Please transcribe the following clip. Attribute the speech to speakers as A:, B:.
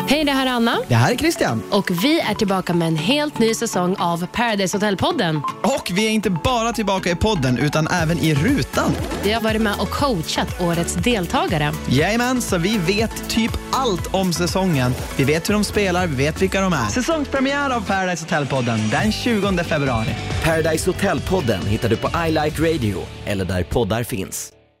A: Hej, det här är Anna.
B: Det här är Christian.
A: Och vi är tillbaka med en helt ny säsong av Paradise Hotel-podden.
B: Och vi är inte bara tillbaka i podden utan även i rutan.
A: Vi har varit med och coachat årets deltagare.
B: Jajamän, så vi vet typ allt om säsongen. Vi vet hur de spelar, vi vet vilka de är. Säsongspremiär av Paradise Hotel-podden den 20 februari.
C: Paradise Hotel-podden hittar du på I Like Radio eller där poddar finns.